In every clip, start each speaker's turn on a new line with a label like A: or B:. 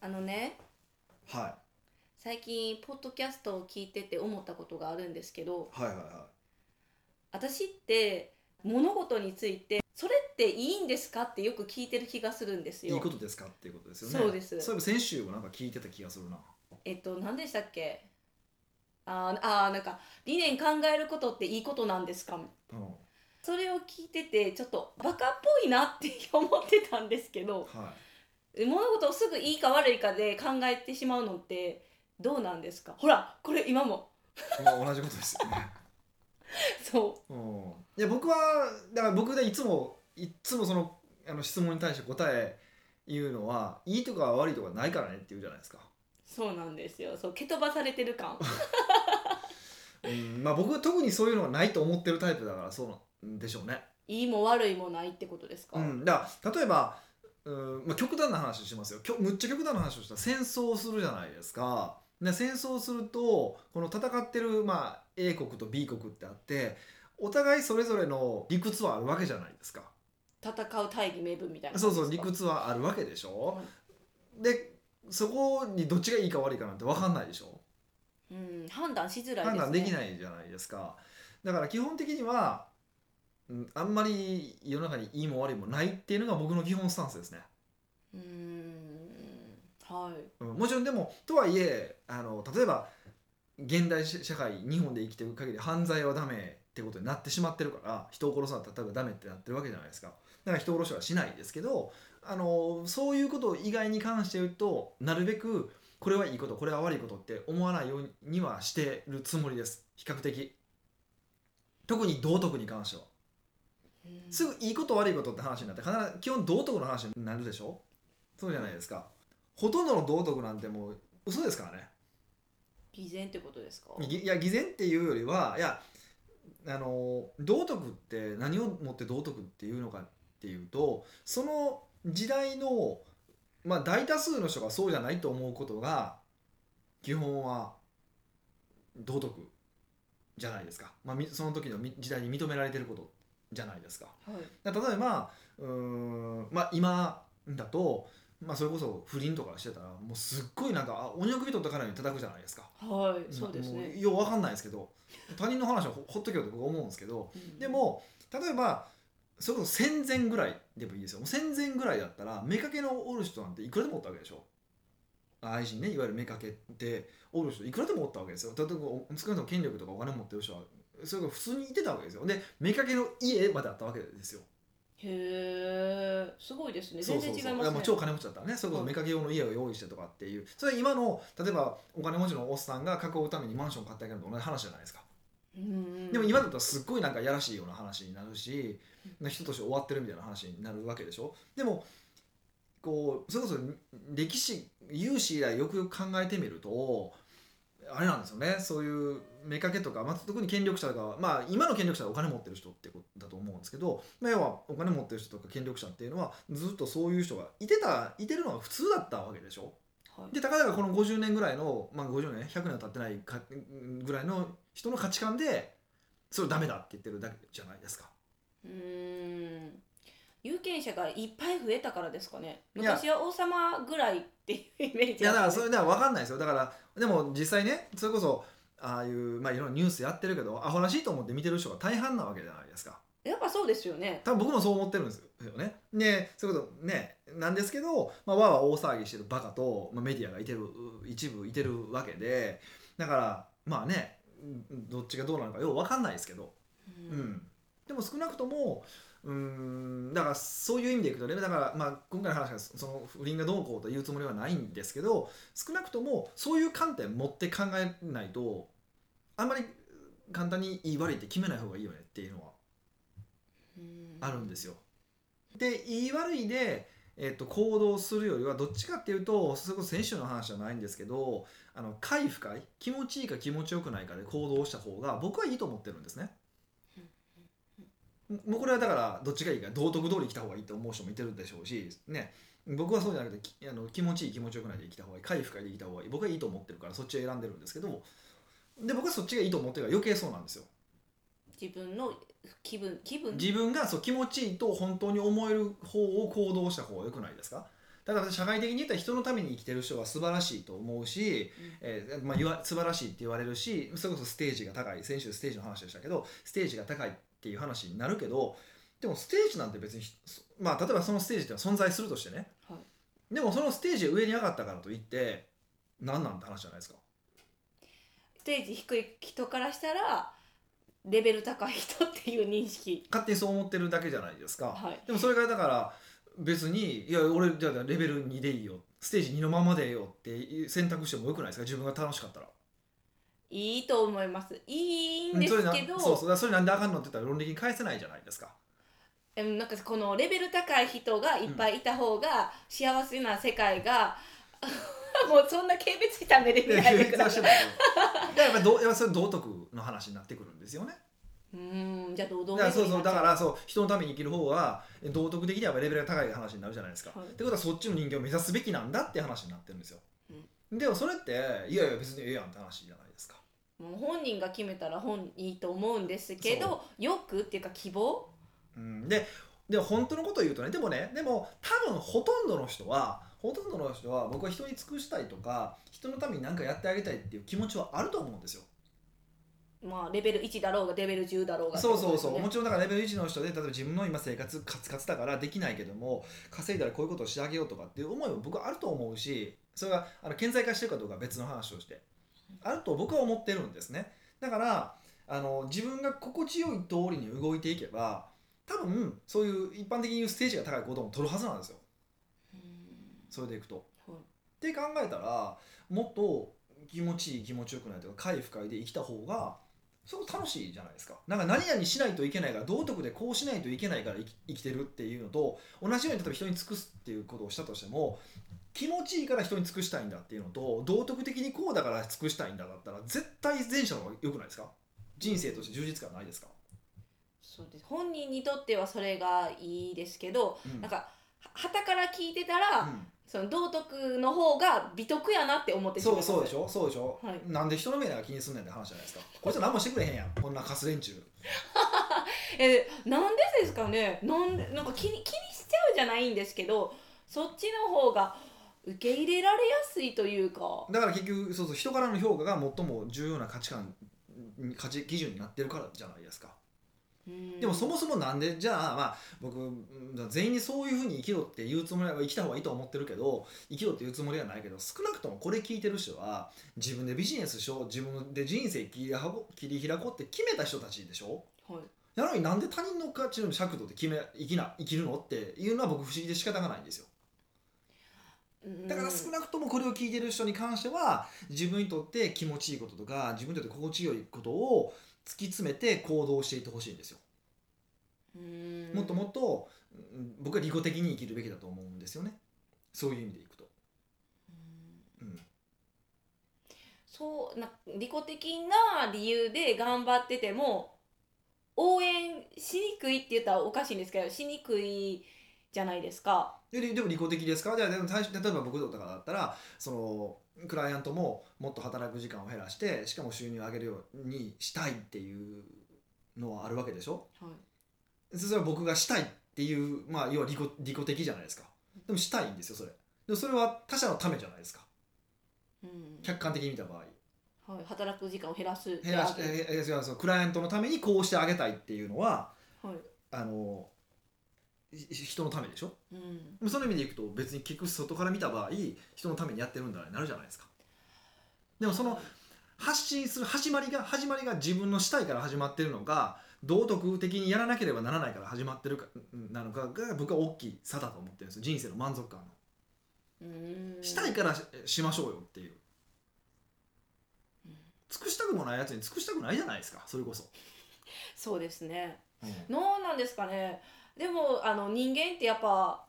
A: あのね
B: は
A: 最近ポッドキャストを聞いてて思ったことがあるんですけど
B: いはいはいは
A: 私って物事についてそれっていいんですかってよく聞いてる気がするんです
B: い
A: よ。
B: いいことですかっていうことですよね
A: そうです
B: そういえば先週もなんか聞いてた気がするな
A: えっと何でしたっけあーあーなんか理念考えることっていいことなんですか
B: うん
A: それを聞いててちょっとバカっぽいなって思ってたんですけど
B: は
A: 物事をすぐいいか悪いかで考えてしまうのってどうなんですかほらこれ今も
B: いまあ同じことですよね
A: そ
B: うんいや僕はだから僕でいつもいっつもそのあの質問に対して答え言うのはいいとか悪いとかないからねって言うじゃないですか、
A: うそうなんですよそう蹴飛ばされてる感
B: うんまあ、僕は特にそういうのがないと思ってるタイプだからそうなんでしょうね、
A: いいも悪いもないってことですか、
B: うん、だから例えばうんまあ、極端な話しますよきょむっちゃ極端な話をしたら戦争をするじゃないですか。で戦争をするとこの戦ってる、まあ、A 国と B 国ってあってお互いそれぞれの理屈はあるわけじゃないですか。
A: 戦う大義名分みたいな
B: そうそう
A: こと
B: 理
A: ですか
B: 屈はあるわけでしょ。でそこにどっちがいいか悪いかなんて分かんないでしょ。
A: うん、判断しづらいです、ね、
B: 判断できないじゃないですか。だから基本的には、うん、あんまり世の中にいいも悪いもないっていうのが僕の基本スタンスですね。
A: うーんはい
B: うんもちろんでもとはいえあの例えば現代し社会日本で生きていく限り犯罪はダメってことになってしまってるから人を殺すのは例えばダメってなってるわけじゃないですかだから人殺しはしないですけどあのそういうこと以外に関して言うとなるべくこれはいいことこれは悪いことって思わないようにはしてるつもりです比較的特に道徳に関しては
A: うん
B: すぐいいこと悪いことって話になって必ず基本道徳の話になるでしょそうじゃないですかほとんどの道徳なんてもう嘘ですからね
A: 偽善ってことですか
B: ぎいや偽善っていうよりはいやあの道徳って何をもって道徳っていうのかっていうとその時代の、まあ、大多数の人がそうじゃないと思うことが基本は道徳じゃないですか、まあ、みその時のみ時代に認められてることじゃないですか。
A: はい
B: だから例えばうーん、まあ、今だと、まあ、それこそ不倫とかしてたらもうすっごいなんかあ鬼の首取ったからに叩くじゃないですか。
A: はいそうです
B: も
A: ね
B: ようわかんないですけど他人の話をほほっとけよって僕は思うんですけど
A: うん
B: でも例えばそれこそ戦前ぐらいでもいいですよもう戦前ぐらいだったら妾のおる人なんていくらでもおったわけでしょ愛人ねいわゆる妾っておる人いくらでもおったわけですよ例えばお少なくとも権力とかお金持ってる人はそれが普通にいてたわけですよで妾の家まであったわけですよ
A: へえすごいですね
B: そ
A: 全
B: うそ
A: 然
B: う
A: 違い
B: そう
A: ま
B: や
A: す
B: も
A: ね
B: う超金持ちだったらねそれこそ妾用の家を用意してとかっていうそれは今の例えばお金持ちのおっさんが囲うためにマンション買ってあげるのと同じ話じゃないですか
A: うん
B: でも今だったらすっごいなんかやらしいような話になるし、人として終わってるみたいな話になるわけでしょでもこうそれこそ歴史有史以来よくよく考えてみるとあれなんですよねそういう妾とか、まあ、特に権力者とかはまあ今の権力者はお金持ってる人ってことだと思うんですけど、まあ、要はお金持ってる人とか権力者っていうのはずっとそういう人がいてたいてるのが普通だったわけでしょ
A: はい
B: でたかだかこの50年ぐらいの、まあ、50年100年は経ってないかぐらいの人の価値観でそれダメだって言ってるだけじゃないですか。
A: うーん有権者がいっぱい増えたからですかね
B: いや
A: 昔は王様ぐらいっていうイメー
B: い
A: ジ
B: やだか
A: あ
B: ら
A: った
B: それでは分かんないですよだからでも実際ねそれこそああいう、まあ、いろんなニュースやってるけどアホらしいと思って見てる人が大半なわけじゃないですか。
A: やっぱそうですよね
B: 多分僕もそう思ってるんですよね。でそういうことねなんですけど、まあ、わーわー大騒ぎしてるバカと、まあ、メディアがいてる一部いてるわけでだからまあねどっちがどうなのかよう分かんないですけど。
A: う
B: うんん、でも少なくともうーんだからそういう意味でいくとねだから、まあ、今回の話はその不倫がどうこうというつもりはないんですけど少なくともそういう観点持って考えないとあんまり簡単に言い悪いって決めない方がいいよねっていうのは
A: うん
B: あるんですよ。で言い悪いで、えっと行動するよりはどっちかっていうとそれこそ先週の話じゃないんですけどあの快不快気持ちいいか気持ちよくないかで行動した方が僕はいいと思ってるんですね。もうこれはだからどっちがいいか道徳通り来た方がいいと思う人もいてるでしょうし、ね、僕はそうじゃなくてきあの気持ちいい気持ちよくないで来た方がいい快不快で来た方がいい僕はいいと思ってるからそっちを選んでるんですけどで僕はそっちがいいと思ってるから余計そうなんですよ。
A: 自分の気分気分
B: 自分がそう気持ちいいと本当に思える方を行動した方が良くないですかだから社会的に言ったら人のために生きてる人は素晴らしいと思うし、えーまあ、言わ素晴らしいって言われるしそれこそステージが高い先週ステージの話でしたけどステージが高いっていう話になるけどでもステージなんて別にひ、そまあ、例えばそのステージっていうのは存在するとしてね
A: はい
B: でもそのステージ上に上がったからといって何なんて話じゃないですか。
A: ステージ低い人からしたらレベル高い人っていう認識
B: 勝手にそう思ってるだけじゃないですか、
A: はい
B: でもそれがだから別にいや俺じゃあレベル2でいいよステージ2のままでよって選択してもよくないですか自分が楽しかったら
A: いいと思いますいいんです
B: それな
A: けど
B: そうそうだからそれなんであかんのって言ったら論理的に返せないじゃないですか
A: うんなんかこのレベル高い人がいっぱいいた方が幸せな世界が、 もうそんな軽蔑した目で見
B: いや
A: ないで
B: 否
A: く
B: 定
A: だ
B: はし
A: さい
B: てないけどだからやっぱどうやっぱそれ道徳の話になってくるんですよね
A: うーんじゃあ堂
B: だ
A: 々
B: からそ
A: 巡り
B: うそ
A: にな
B: うだ
A: っちゃ
B: からそう人のために生きる方が道徳的にはやっぱレベルが高い話になるじゃないですか、
A: はい
B: ってことはそっちの人間を目指すべきなんだって話になってるんですよ、でもそれっていやいや別にええやんって話じゃないですか
A: もう本人が決めたら本いいと思うんですけどよくっていうか希望
B: うん、でで本当のことを言うとねでもねでも多分ほとんどの人はほとんどの人は僕は人に尽くしたいとか人のために何かやってあげたいっていう気持ちはあると思うんですよ。
A: まあレベル1だろうがレベル10だろうが
B: そうそうそう、
A: ってこ
B: もちろんだからレベル1の人で例えば自分の今生活カツカツだからできないけども稼いだらこういうことをしてあげようとかっていう思いも僕はあると思うしそれがあの顕在化してるかどうかは別の話をしてあると僕は思ってるんですねだからあの自分が心地よい通りに動いていけば多分そういう一般的に言うステージが高い行動も取るはずなんですよ
A: とですね
B: それでいくと。っ
A: うんはい
B: て考えたらもっと気持ちいい気持ちよくないというか快不快で生きた方がすごく楽しいじゃないですかなんか何々しないといけないから道徳でこうしないといけないから生き生きてるっていうのと同じように例えば人に尽くすっていうことをしたとしても気持ちいいから人に尽くしたいんだっていうのと道徳的にこうだから尽くしたいんだだったら絶対前者の方が良くないですか人生として充実感ないですか、
A: そうです本人にとってはそれがいいですけど、
B: うん
A: なんかはたから聞いてたら、
B: うん
A: その道徳の方が美徳やなって思ってしまい
B: そ
A: ま
B: う
A: す
B: そうでしょそうでしょ、
A: はい
B: なんで人の目なんか気にすんねんって話じゃないですかこいつら何もしてくれへんやんこんなカス連中
A: えなんでですかねなんでなんか気に気にしちゃうじゃないんですけどそっちの方が受け入れられやすいというか
B: だから結局そうそう人からの評価が最も重要な価値観に価値基準になってるからじゃないですか、でもそ
A: の
B: もそもなんでじゃあまあ僕うん全員にそういうふうに生きろって言うつもりは生きた方がいいと思ってるけど生きろって言うつもりはないけど少なくともこれ聞いてる人は自分でビジネスしよう自分で人生切りはこ切り開こうって決めた人たちでしょ
A: はい
B: なのになんで他人の価値の尺度で決め生きな生きるのっていうのは僕不思議で仕方がないんですよ
A: うん
B: だから少なくともこれを聞いてる人に関しては自分にとって気持ちいいこととか自分にとって心地よいことを突き詰めて行動していってほしいんですよ。
A: うん
B: もっともっとうん僕は利己的に生きるべきだと思うんですよね。そういう意味でいくと。
A: うん
B: うん
A: そうな利己的な理由で頑張ってても応援しにくいって言ったらおかしいんですけどしにくいじゃないですか。
B: でででも利己的ですかじゃあでも最初例えば僕とかだったらそのクライアントももっと働く時間を減らしてしかも収入を上げるようにしたいっていうのはあるわけでしょ
A: はい
B: それは僕がしたいっていうまあ要は利己利己的じゃないですかでもしたいんですよそれでもそれは他者のためじゃないですか
A: うん
B: 客観的に見た場合
A: はい、働く時間を減らす
B: 減らし
A: である
B: ええ違うそのクライアントのためにこうしてあげたいっていうのは
A: はい
B: あのい人のためでしょ
A: うん、
B: でもその意味でいくと別に結局外から見た場合人のためにやってるんだななるじゃないですかでもその発信する始まりが始まりが自分のしたいから始まってるのか道徳的にやらなければならないから始まってるかなのかが僕は大きい差だと思ってるんですよ人生の満足感の、
A: うん、
B: したいからししましょうよっていう
A: うん
B: 尽くしたくもないやつに尽くしたくないじゃないですかそれこそ、
A: そうですね
B: うん
A: どうなんですかねでもあの人間ってやっぱ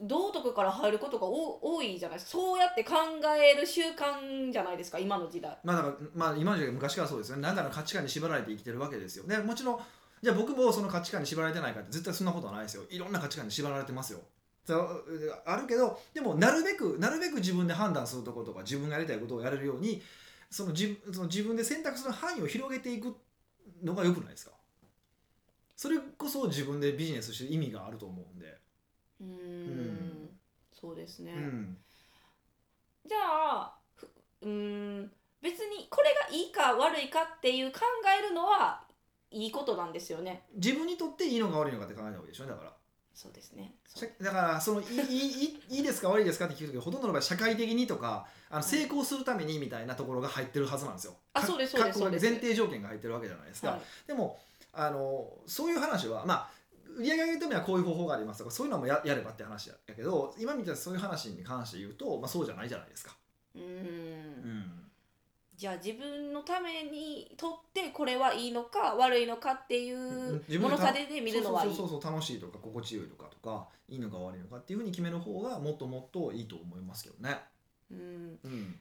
A: 道徳から入ることが多多いじゃないそうやって考える習慣じゃないですか今の時代
B: まあだからまあ今の時代昔からそうですよね何かの価値観に縛られて生きてるわけですよでもちろんじゃあ僕もその価値観に縛られてないかって絶対そんなことはないですよいろんな価値観に縛られてますよそうあるけどでもなるべくなるべく自分で判断するところとか自分がやりたいことをやれるようにその自その自分で選択する範囲を広げていくのが良くないですかそれこそ自分でビジネスしてる意味があると思うんで
A: うーん
B: ん
A: そうですね、
B: うん
A: じゃあふうーん別にこれがいいか悪いかっていう考えるのはいいことなんですよね
B: 自分にとっていいのか悪いのかって考えた方がいいでしょだから
A: そうですねそ
B: 社
A: う
B: だからそのいいいいいいですか悪いですかって聞くときほとんどの場合社会的にとかあの成功するためにみたいなところが入ってるはずなんですよ。
A: あ
B: か
A: そうですそうです
B: か
A: そうです
B: 前提条件が入ってるわけじゃないですか。
A: はい
B: でもあのそういう話はまあ売り上げ上げるためにはこういう方法がありますとかそういうのもややればって話やけど今みたいなそういう話に関して言うと、まあ、そうじゃないじゃないですか。
A: うー
B: うんん
A: じゃあ自分のためにとってこれはいいのか悪いのかってい
B: ん
A: う
B: 自分
A: も
B: の
A: の
B: た
A: 差で、ね、見るのはいい
B: そうそうそうそう楽しいとか心地よいとかとかいいのか悪いのかっていうふうに決める方がもっともっといいと思いますけどね。
A: うん
B: うん、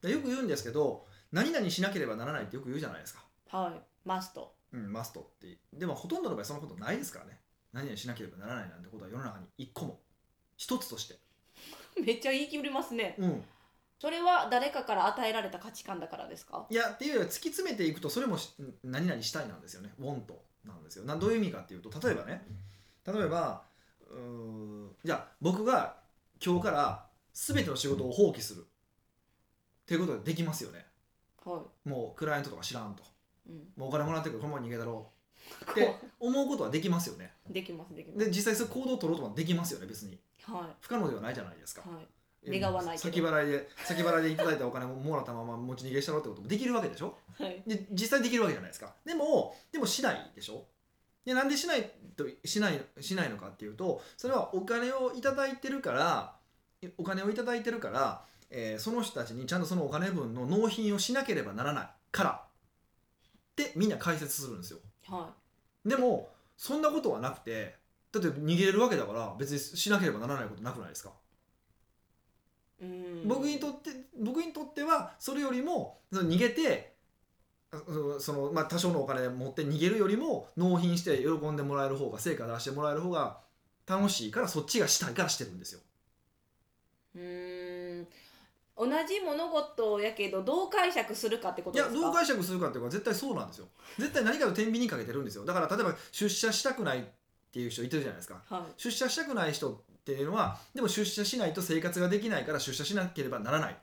B: でよく言うんですけど何々しなければならないってよく言うじゃないですか、
A: はいマスト
B: うん、マストってでもほとんどの場合そんなことないですからね何々しなければならないなんてことは世の中に一個も一つとして、
A: めっちゃ言い切りますね
B: うん、
A: それは誰かから与えられた価値観だからですか
B: いやっていうよりは突き詰めていくとそれもし何々したいなんですよね「want」なんですよなどういう意味かっていうと例えばね例えばうーんじゃあ僕が今日から全ての仕事を放棄するっていうことができますよね
A: は
B: もうクライアントとか知らんと
A: い、うん、
B: もうお金もらってるからこのまま逃げだろう で思うことはできますよね
A: できますできます
B: で実際そういう行動を取ろうともできますよね別に
A: は
B: 不可能ではないじゃないですか
A: い、はい願わないけど
B: 先払いで 先払いでいただいたお金をもらったまま持ち逃げしたろうってこともできるわけでしょ
A: はい、
B: で実際できるわけじゃないですかでもでもしないでしょでなんでしないとしないしないのかっていうとそれはお金をいただいてるからお金をいただいてるから、えーその人たちにちゃんとそのお金分の納品をしなければならないからってみんな解説するんですよ
A: は
B: でもそんなことはなくてだって逃げれるわけだから別にしなければならないことなくないですか、
A: い、うん
B: 僕にとって僕にとってはそれよりもその逃げてあそのその、まあ、多少のお金持って逃げるよりも納品して喜んでもらえる方が成果出してもらえる方が楽しいからそっちがしたいからしてるんですよ。
A: うーん同じ物事やけどどう解釈するかってこ
B: い
A: とで
B: や
A: すか
B: どう解釈するかっていうか絶対そうなんですよ。絶対何かと天秤にかけてるんですよ。だから例えば出社したくないっていう人いてるじゃないですか。
A: は
B: 出社したくない人っていうのはでも出社しないと生活ができないから出社しなければならないっ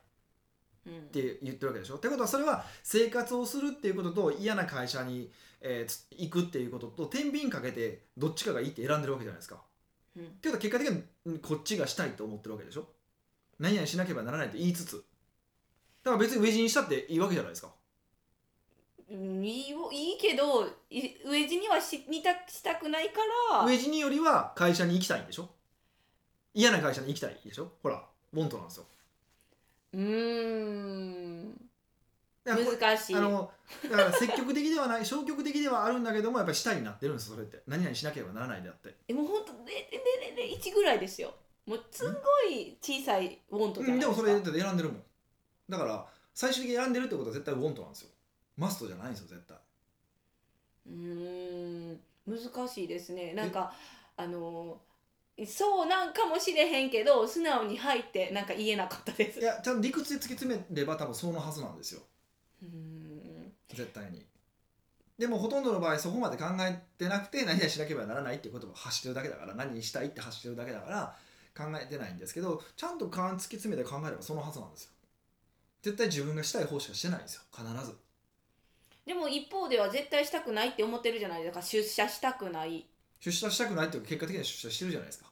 A: い、うん、
B: て言ってるわけでしょってことはそれは生活をするっていうことと嫌な会社に、えーつ行くっていうことと天秤かけてどっちかがいいって選んでるわけじゃないですか。
A: うん
B: ってことは結果的にうんこっちがしたいと思ってるわけでしょ何々しなければならないと言いつつだから別にウェジにしたっていいわけじゃないですか。
A: うんいいよいいけどい飢え死にはしにたしたくないから
B: ウェジによりは会社に行きたいんでしょ嫌な会社に行きたいでしょほらボントなんですよ。
A: うーん
B: だからこれ
A: 難しい
B: あのだから積極的ではない 消極的ではあるんだけどもやっぱり下になってるんですそれって何々しなければならないであって、
A: えもうほんとでででで1ぐらいですよもうすんごい小さいウォントじ
B: う
A: ゃない
B: ん、で
A: で
B: も
A: すか、
B: それだって選んでるもんだから最終的に選んでるってことは絶対ウォントなんですよマストじゃないんですよ絶対
A: うーん難しいですねなんかあのそうなんかもしれへんけど素直に入ってなんか言えなかったです
B: いやちゃんと理屈で突き詰めれば多分そのはずなんですよ
A: うーん
B: 絶対にでもほとんどの場合そこまで考えてなくて何々しなければならないっていうことを発してるだけだから何にしたいって発してるだけだから考えてないんですけどちゃんとかん突き詰めて考えればそのはずなんですよ絶対自分がしたい方しかしてないんですよ必ず
A: でも一方では絶対したくないって思ってるじゃないですか出社したくない
B: 出社したくないって結果的には出社してるじゃないですか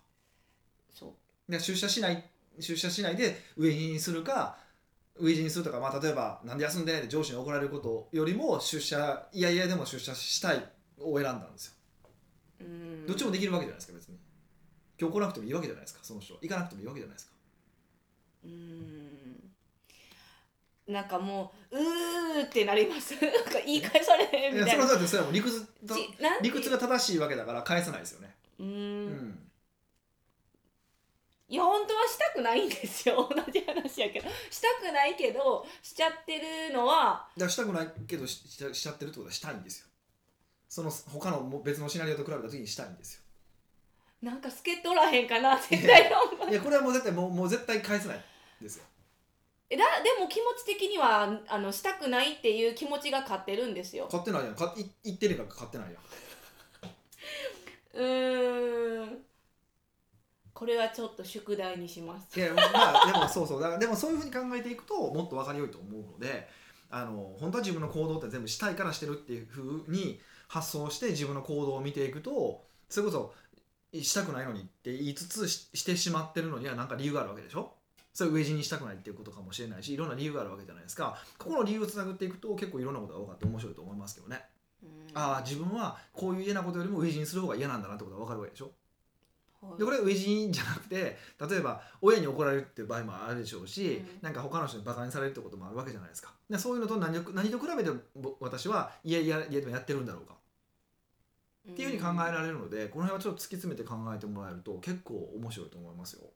A: そう
B: で出社しない出社しないで上にするか上にするとか、まあ、例えばなんで休んでないで上司に怒られることよりも出社いやいやでも出社したいを選んだんですよ
A: うーん
B: どっちもできるわけじゃないですか別に今日来なくてもいいわけじゃないですかその人は行かなくてもいいわけじゃないですか
A: うーんなんかもううーってなります なんか言い返されへん
B: い
A: み
B: や
A: た
B: そ
A: い
B: れ
A: な
B: はだってそれはもう理屈だ
A: ちなんて
B: 理屈が正しいわけだから返さないですよね
A: うー、
B: うんん
A: いや本当はしたくないんですよ 同じ話やけどしたくないけどしちゃってるのは
B: だからしたくないけどししちゃしちゃってるってことはしたいんですよその他のも別のシナリオと比べた時にしたいんですよ
A: なんか助っ人おらへんかな絶対の
B: いやこれはもう絶対もうもう絶対返せないですよ
A: えだでも気持ち的にはあのしたくないっていう気持ちが勝ってるんですよ
B: 買ってないやん買い言ってるから買ってないやん
A: うーんこれはちょっと宿題にします
B: いやまあでもそうそうだからでもそういうふうに考えていくともっと分かりよいと思うのであの本当は自分の行動って全部したいからしてるっていうふうに発想して自分の行動を見ていくとそれこそしたくないのにって言いつつししてしまってるのには何か理由があるわけでしょそれ飢え死にしたくないっていうことかもしれないしいろんな理由があるわけじゃないですかここの理由をつなぐっていくと結構いろんなことが分かって面白いと思いますけどね、
A: うん
B: ああ自分はこういう嫌なことよりも飢え死にする方が嫌なんだなってことが分かるわけでしょ
A: はい
B: でこれは飢え死にじゃなくて例えば親に怒られるっていう場合もあるでしょうし、
A: うん
B: なんか他の人にバカにされるってこともあるわけじゃないですかでそういうのと何を何と比べてぼ私はいやいやいやでもやってるんだろうかっていうふうに考えられるので、この辺はちょっと突き詰めて考えてもらえると結構面白いと思いますよ。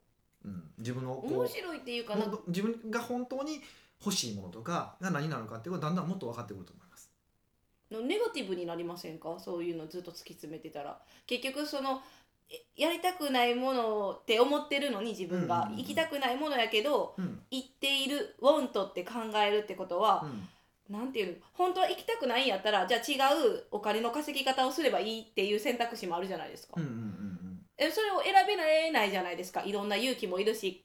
B: うん、自分のこう
A: 面白いっていうかな
B: ほんと自分が本当に欲しいものとかが何なのかっていうことがだんだんもっと分かってくると思います。
A: のネガティブになりませんかそういうのずっと突き詰めてたら結局そのえやりたくないものって思ってるのに自分
B: うんう
A: が
B: んうん
A: 行きたくないものやけど
B: うん
A: 行っている want って考えるってことは、なんていうの本当は行きたくないんやったらじゃあ違うお金の稼ぎ方をすればいいっていう選択肢もあるじゃないですか、
B: うんうんうん
A: えそれを選べないじゃないですかいろんな勇気もいるし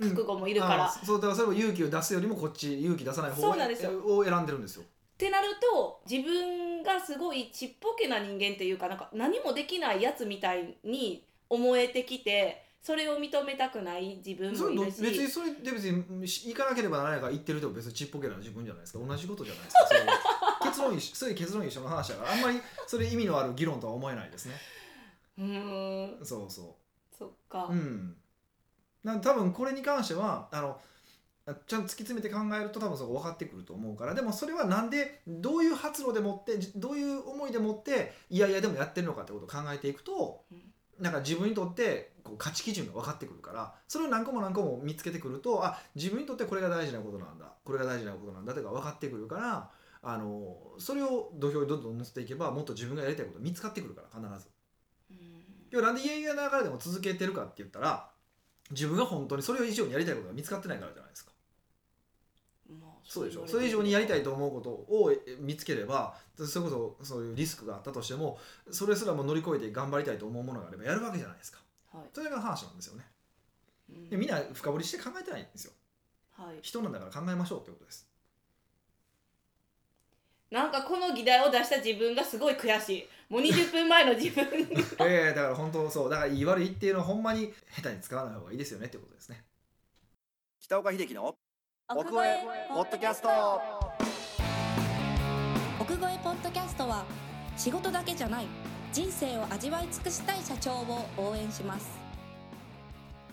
B: うん
A: 覚悟もい
B: うん、
A: るから、
B: あ
A: っ
B: ーそうだからそれも勇気を出すよりもこっち勇気出さない方
A: そ
B: を
A: うなんですよ
B: を選んでるんですよ。
A: てなると自分がすごいちっぽけな人間っていうかなんか何もできないやつみたいに思えてきてそれを認めたくない自分
B: そ
A: も
B: れ
A: い
B: ど
A: る
B: 別
A: し
B: にそれで別にし行かなければならないから行ってると別にちっぽけな自分じゃないですか同じことじゃないですかそれ 結論一緒そういう結論一緒の話だからあんまりそれ意味のある議論とは思えないですね
A: うーん
B: そうそ
A: そっか、
B: ううんなん多分これに関してはあのちゃんと突き詰めて考えると多分そこ分かってくると思うからでもそれはなんでどういう発露でもってじどういう思いでもっていやいやでもやってるのかってことを考えていくと
A: うん
B: なんか自分にとってこう価値基準が分かってくるからそれを何個も何個も見つけてくるとあ自分にとってこれが大事なことなんだこれが大事なことなんだとか分かってくるからあのそれを土俵にどんどん乗せていけばもっと自分がやりたいこと見つかってくるから必ず。
A: うん
B: 要はなんで家々ながらでも続けてるかって言ったら自分が本当にそれ以上にやりたいことが見つかってないからじゃないですか。
A: まあ
B: そうでしょそれ以上にやりたい
A: と
B: と思うことをえ見つければそれこそそういうリスクがあったとしてもそれすらも乗り越えて頑張りたいと思うものがあればやるわけじゃないですか。
A: はい
B: それが話なんですよね。
A: うん
B: でみんな深掘りして考えてないんですよ
A: はい、
B: 人なんだから考えましょうってことです
A: なんかこの議題を出した自分がすごい悔しいもう20分前の自 分
B: ええだから本当そうだから言い悪いっていうのはほんまに下手に使わない方がいいですよねってことですね北岡秀樹の奥越えポッドキャスト
C: 奥越えポッドキャストは仕事だけじゃない人生を味わい尽くしたい社長を応援します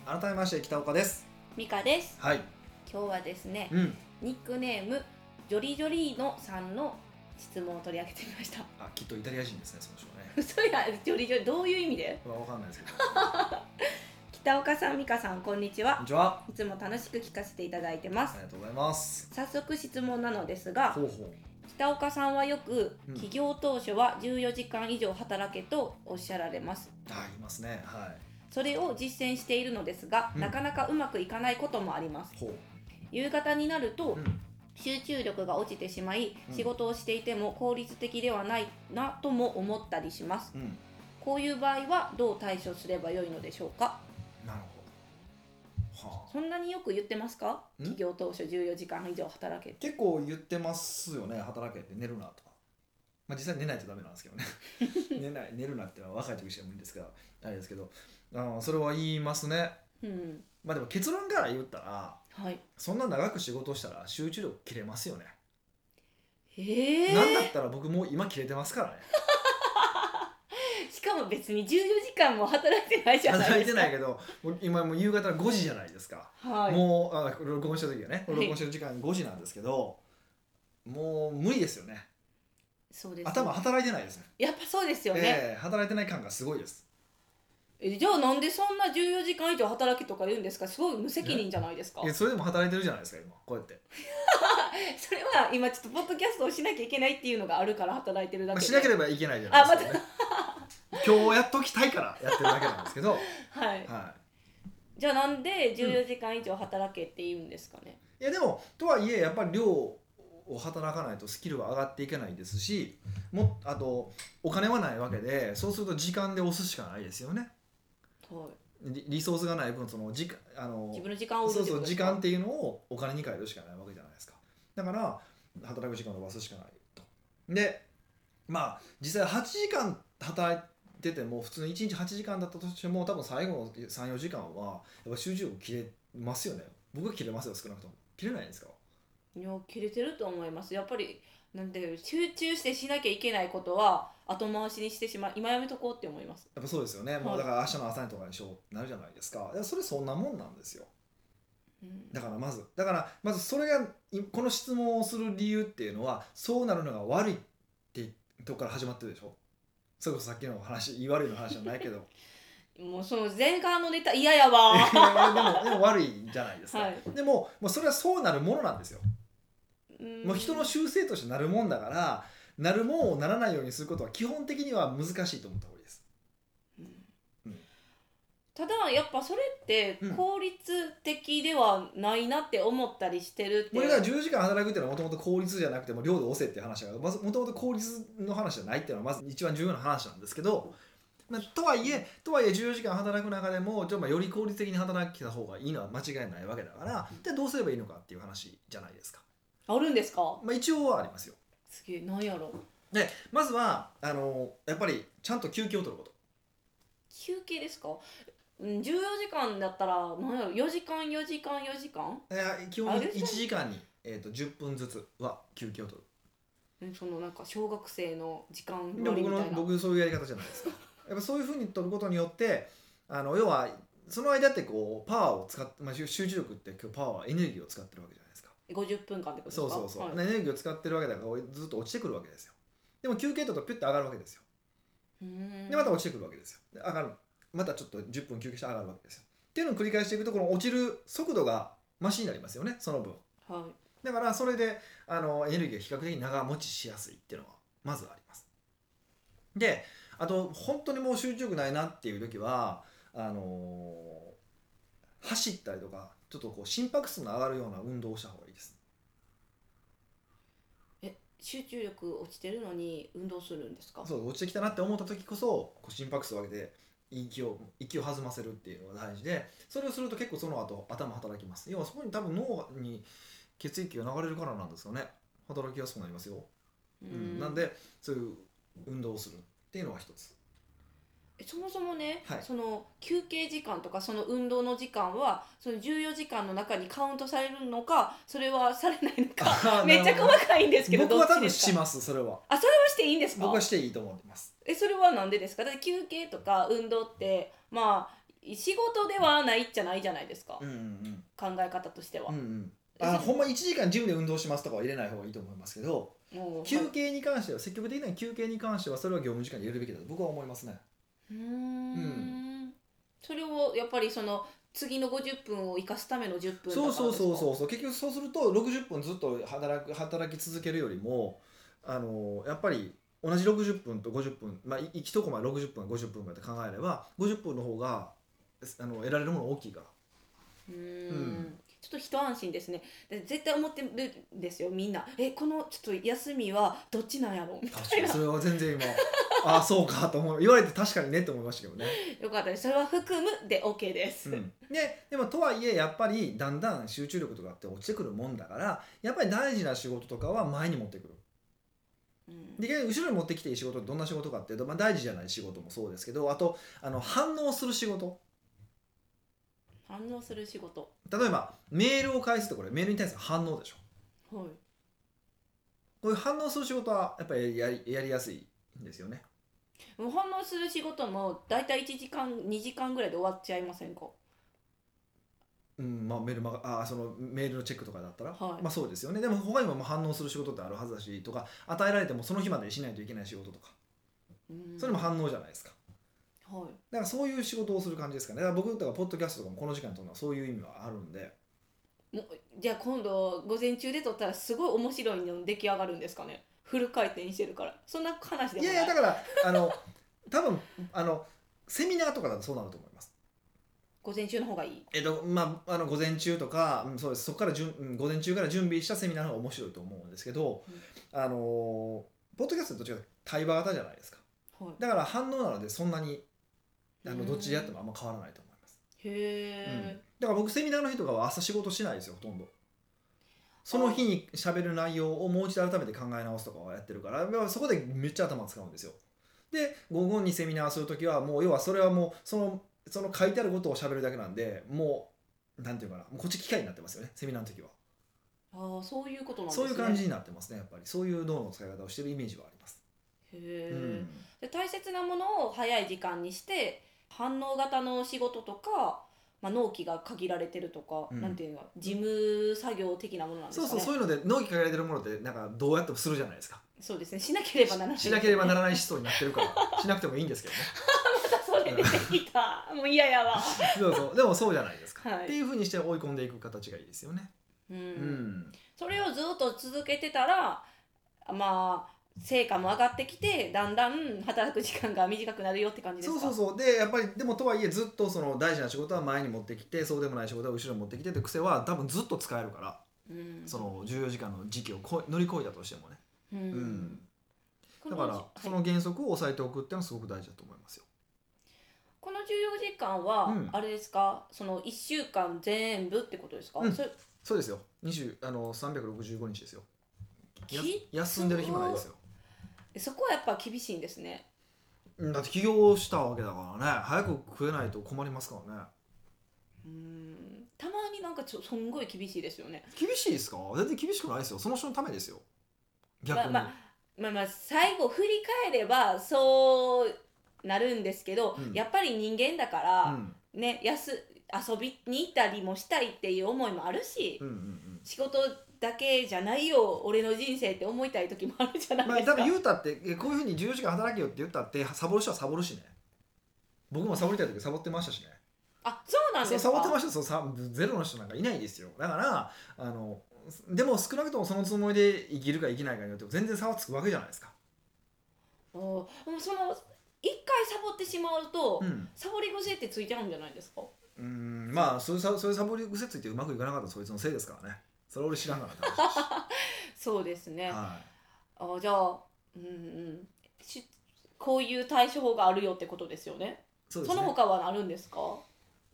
B: 改めまして北岡です
A: ミカです
B: はい
A: 今日はですね
B: うん
A: ニックネームジョリジョリーノさんの質問を取り上げてみました。
B: あきっとイタリア人ですねその人はね
A: 嘘やジョリジョリどういう意味で？
B: まあわかんないですけどこ
A: 北岡さん、美香さん、こんにちは
B: んに。ちはい
A: つも楽しく聞かせていただいてま
B: あ
A: す。
B: りがとうございます
A: 早速質問なのですが
B: ほ、うほう
A: 北岡さんはよく
B: うん
A: 起業当初は14時間以上働けとおっしゃられます。
B: あいますねはい
A: それを実践しているのですが、
B: うん
A: なかなかうまくいかないこともあります。
B: ほう
A: 夕方になると、
B: うん
A: 集中力が落ちてしまい
B: うん
A: 仕事をしていても効率的ではないなとも思ったりします
B: うん
A: こういう場合はどう対処すればよいのでしょうか
B: なるほどはあ
A: そんなによく言ってますか
B: ん
A: 企業当初14時間以上働け
B: 結構言ってますよね働けって寝るなとか、まあ、実際寝ないとダメなんですけど ね寝ない寝るなってのは若い時しか無理ですからあれですけどあのそれは言いますね
A: うん
B: まあでも結論から言ったら
A: はい
B: そんな長く仕事したら集中力切れますよね、
A: へえ
B: なんだったら僕もう今切れてますからね
A: しかも別に14時間も働いてないじゃない
B: 働
A: で
B: いて
A: すか
B: ないけどもう今もう夕方の5時じゃないですか、
A: はい
B: もうあ録音した時はね
A: はい
B: 録音してる時間5時なんですけど、もう無理ですよね
A: そうです
B: 頭働いてないですね
A: やっぱそうですよね、
B: ええ働いてない感がすごいです
A: えじゃあなんでそんな14時間以上働けとか言うんですかすごい無責任じゃないですか
B: いやそれでも働いてるじゃないですか今こうやって
A: それは今ちょっとポッドキャストをしなきゃいけないっていうのがあるから働いてるだ
B: まあ
A: けで
B: しなければいけないじゃないですか、ね、今日やっときたいからやってるだけなんですけど、はい、
A: はいじゃあなんで14時間以上働けって言うんですかね、
B: いやでもとはいえやっぱり量を働かないとスキルは上がっていけないですしもあとお金はないわけでそうすると時間で押すしかないですよね
A: はい
B: リリソースがない分その時間あの
A: 自分の時間を売る
B: そうそう
A: ってことで
B: 時
A: すか
B: 間っていうのをお金に変えるしかないわけじゃないですかだから働く時間を伸ばすしかないとでまあ実際8時間働いてても普通に1日8時間だったとしても多分最後の34時間はやっぱ集中力切れますよね僕は切れますよ少なくとも切れないんですか
A: いや切れてると思いますやっぱりなんで集中してしなきゃいけないことは後回しにしてしまう今やめとこうって思います
B: やっぱそうですよね、も
A: は
B: う
A: い
B: だから明日の朝にとかにしようってなるじゃないですかいやそれそんなもんなんですよ
A: うん
B: だからまずだからまずそれがいこの質問をする理由っていうのはそうなるのが悪いってとこから始まってるでしょそれこそさっきの話言い悪いの話じゃないけど
A: もうその前半のネタ嫌やわ
B: でもでも悪いじゃないですか、
A: はい
B: でももうそれはそうなるものなんですよ、
A: うん
B: もう人の習性としてなるもんだからなるもんをならないようにすることは基本的には難しいと思った方がいいですうん
A: ただやっぱそれって
B: うん
A: 効率的ではないなって思ったりしてるって
B: これが10時間働くっていうのはもともと効率じゃなくても領土を押せっていう話がもともと効率の話じゃないっていうのはまず一番重要な話なんですけど、まあ、とはいえとはいえ14時間働く中でもちょっとまあより効率的に働きた方がいいのは間違いないわけだからじゃあどうすればいいのかっていう話じゃないですか、
A: あるんですか
B: まあ、一応はありますよ
A: すげえなんやろ
B: でまずはあのやっぱりちゃんと休憩を取ること
A: 休憩ですかうん14時間だったらなんやろ4時間4時間4時間
B: いや基本
A: あれ
B: 1時間に、えー、と10分ずつは休憩を取る
A: うんそのなんか小学生の時間
B: でも
A: 割り
B: 僕
A: みた
B: の
A: いな
B: 僕そういうやり方じゃないですか やっぱそういうふうに取ることによってあの要はその間ってこうパワーを使って、まあ、集集中力ってパワーはエネルギーを使ってるわけじゃないですか
A: 50分間ってことです
B: そ
A: か
B: うそうそう、
A: はい
B: エネルギーを使ってるわけだからずっと落ちてくるわけですよでも休憩取るとピュッと上がるわけですよ
A: うん
B: でまた落ちてくるわけですよで上がるまたちょっと10分休憩して上がるわけですよっていうのを繰り返していくとこの落ちる速度がマシになりますよねその分
A: はい
B: だからそれであのエネルギーが比較的長持ちしやすいっていうのはまずあります。であと本当にもう集中力ないなっていう時はあのー走ったりとかちょっとこう心拍数の上がるような運動をした方がいいです。
A: 集中力落ちてるのに運動するんですか
B: そう落ちてきたなって思った時こそこう心拍数を上げて息を息を弾ませるっていうのが大事でそれをすると結構その後頭働きます要はそこに多分脳に血液が流れるからなんですよね働きやすくなりますよ
A: う
B: うん、なんでそういう運動をするっていうのは一つ
A: そもそもね、
B: はい
A: その休憩時間とかその運動の時間はその14時間の中にカウントされるのかそれはされないのか めっちゃ細かいんですけど
B: 僕は多
A: ど
B: 分
A: っちです
B: し
A: か
B: ますそれは
A: あそれはしていいんですか
B: 僕はしていいと思ってます
A: えそれはなんでですかだって休憩とか運動ってまあ仕事ではないっちゃないじゃないですか、
B: うんうん
A: 考え方としては、
B: うんうんうんあほんま1時間ジムで運動しますとかは入れない方がいいと思いますけど
A: もう
B: 休憩に関しては積極的な休憩に関してはそれは業務時間に入れるべきだと僕は思いますね
A: うーんそれをやっぱりその次の50分を生かすための10分だから
B: そうそうそう
A: う
B: そうそう結局そうすると60分ずっと働く働き続けるよりもあのやっぱり同じ60分と50分まあい一コマ60分50分かって考えれば50分の方があの得られるもの大きいから
A: うーん
B: うん
A: ちょっと一安心ですねで絶対思ってるんですよみんなえこのちょっと休みはどっちなんやろみ
B: 確
A: た
B: か
A: い
B: に
A: な
B: それは全然今 ああそうかと思う言われて確かにねって思いましたけどね、
A: よかったですそれは含むで OK です、
B: うん、ででもとはいえやっぱりだんだん集中力とかって落ちてくるもんだからやっぱり大事な仕事とかは前に持ってくる
A: うん
B: で逆に後ろに持ってきていい仕事ってどんな仕事かっていうと、まあ、大事じゃない仕事もそうですけどあとあの反応する仕事
A: 反応する仕事
B: 例えばメールを返すとこれメールに対する反応でしょ
A: はい
B: こういう反応する仕事はやっぱりやりやりやすいんですよね
A: もう反応する仕事も大体1時間2時間ぐらいで終わっちゃいませんか
B: うんまあ、メールマガあーそのメールのチェックとかだったら、
A: はい
B: まあ、そうですよねでも他にもまあ反応する仕事ってあるはずだしとか与えられてもその日までにしないといけない仕事とか
A: うん
B: それも反応じゃないですか
A: はい
B: だからそういう仕事をする感じですかねだから僕とかポッドキャストとかもこの時間に撮るのはそういう意味はあるんで
A: もうじゃあ今度午前中で撮ったらすごい面白いの出来上がるんですかねフル回転してるからそんな話で
B: い
A: もな
B: や
A: い
B: いやだからあの多分あのセミナーとかだとそうなると思います
A: 午前中の方がいい
B: えっとまああの午前中とか、うん、そうですそこからじゅんうん午前中から準備したセミナーの方が面白いと思うんですけど、あのポッドキャストってどっちかというと対話型じゃないですか
A: はい
B: だから反応なのでそんなにあ
A: う
B: の
A: ん
B: どっちでやってもあんま変わらないと思います。
A: へ
B: うん
A: え、
B: だから僕セミナーの日とかは朝仕事しないですよほとんどその日に喋る内容をもう一度改めて考え直すとかはやってるからまあそこでめっちゃ頭使うんですよで午後にセミナーする時はもう要はそれはもうそのその書いてあることを喋るだけなんでもうなんていうかなもうこっち機械になってますよねセミナーの時は
A: ああそういうことなんです
B: そ
A: ね
B: ういう感じになってますねやっぱりそういう脳の使い方をしてるイメージはあります、
A: へ
B: う
A: え、
B: ん、
A: で大切なものを早い時間にして反応型の仕事とか、まあ、納期が限られてるとか、
B: うん
A: なんていうの事務作業的なものなんです
B: そ
A: か
B: う
A: ね
B: そうそういうので納期かけられてるものってなんかどうやってもするじゃないですか
A: そうですねしなければならない
B: しなければな
A: ら
B: らない思想になってるからしなくてもいいんですけどね
A: それ出てきたもう嫌やわ
B: そうそうでもそうじゃないですか、
A: はい
B: っていうふうにして追い込んでいく形がいいですよね。
A: うん、
B: うん
A: それをずっと続けてたらまあ成果も上がってきてだんだん働く時間が短くなるよって感じです
B: そう
A: か
B: そうそうでやっぱりでもとはいえずっとその大事な仕事は前に持ってきてそうでもない仕事は後ろに持ってきてって癖は多分ずっと使えるから
A: う、ん、
B: その14時間の時期をこえ乗り越えたとしてもね、
A: うん、
B: うん
A: こ
B: だ
A: の
B: からその原則を押さえておくっていうのはすごく大事だと思いますよ。
A: この14時間は、
B: うん
A: あれですかその1週間全部ってことですか、
B: うん
A: それ
B: そうですよ20あの365日ですよ。や
A: き
B: 休んでる暇ないですよ。
A: そこはやっぱ厳しいんですね
B: うんだって起業したわけだからね早く食えないと困りますからね。
A: うんたまになんかちょすんごい厳しいですよね
B: 厳しいですか全然厳しくないですよその人のためですよ。逆に、
A: まあまあまあ最後振り返ればそうなるんですけど、
B: うん
A: やっぱり人間だか
B: う
A: ら、
B: ん
A: ね休遊びに行ったりもしたいっていう思いもあるし、
B: うんうんうん
A: 仕事だけじゃないよ俺の人生って思いたい時もあるじゃない
B: まあ
A: ですか、
B: 多分言うたってえこういうふうに14時間働けよって言ったってサボる人はサボるしね僕もサボりたい時サボってましたしね
A: あそうなん
B: そ
A: で
B: う
A: すか
B: サボってましたそうさゼロの人なんかいないですよだからあのでも少なくともそのつもりで生きるか生きないかによって全然差はつくわけじゃないですか、
A: おでもその一回サボってしまうと、
B: うん、
A: サボり癖ってついちゃうんじゃないですか
B: うんまあそういうさそういうサボり癖ついてうまくいかなかったらそいつのせいですからねそれ俺知らんからって話だし
A: そうですね、
B: は
A: あじゃあうんうんしこういう対処法があるよってことですよね
B: い、そう
A: そ
B: です
A: の
B: ね
A: 他はあるんですか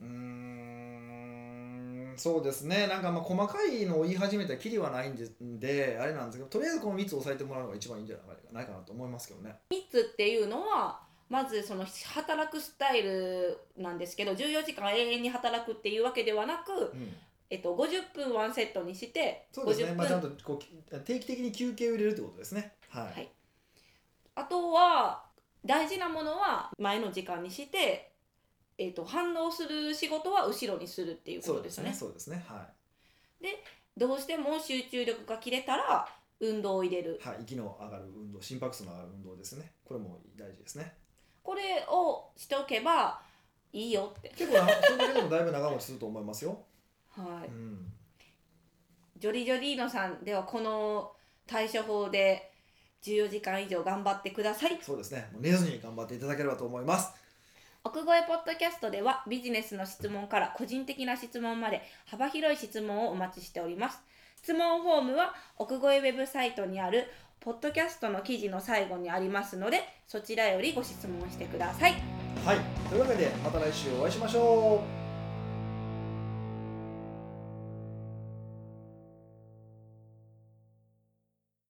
B: うーんそうですねなんかまあ細かいのを言い始めたらきりはないんでであれなんですけどとりあえずこの3つ押さえてもらうのが一番いいんじゃないかないかなと思いますけどね。
A: 3つっていうのはまずその働くスタイルなんですけど14時間永遠に働くっていうわけではなく、
B: うん、
A: えっと、50分ワンセットにして
B: そうですね、
A: 50分、
B: まあ、ちゃんとこうき定期的に休憩を入れるってことですね。はい、
A: はいあとは大事なものは前の時間にして、えっと、反応する仕事は後ろにするっていうこ
B: そ
A: と
B: う
A: で
B: で
A: すすね
B: ね。そうですね。は
A: どうしても集中力が切れたら運動を入れる
B: い、はい、息の上がる運動、心拍数の上がる運動ですね。これも大事ですね。
A: これをしておけばいいよって、
B: 結構なそれだけでもだいぶ長持ちすると思いますよ。
A: は
B: う
A: い、
B: ん、
A: ジョリジョリーノさんではこの対処法で14時間以上頑張ってください
B: そうですね。もう寝ずに頑張っていただければと思います。
A: 奥越えポッドキャストではビジネスの質問から個人的な質問まで幅広い質問をお待ちしております質問フォームは奥越えウェブサイトにあるポッドキャストの記事の最後にありますのでそちらよりご質問してください
B: はい、というわけでまた来週お会いしましょう。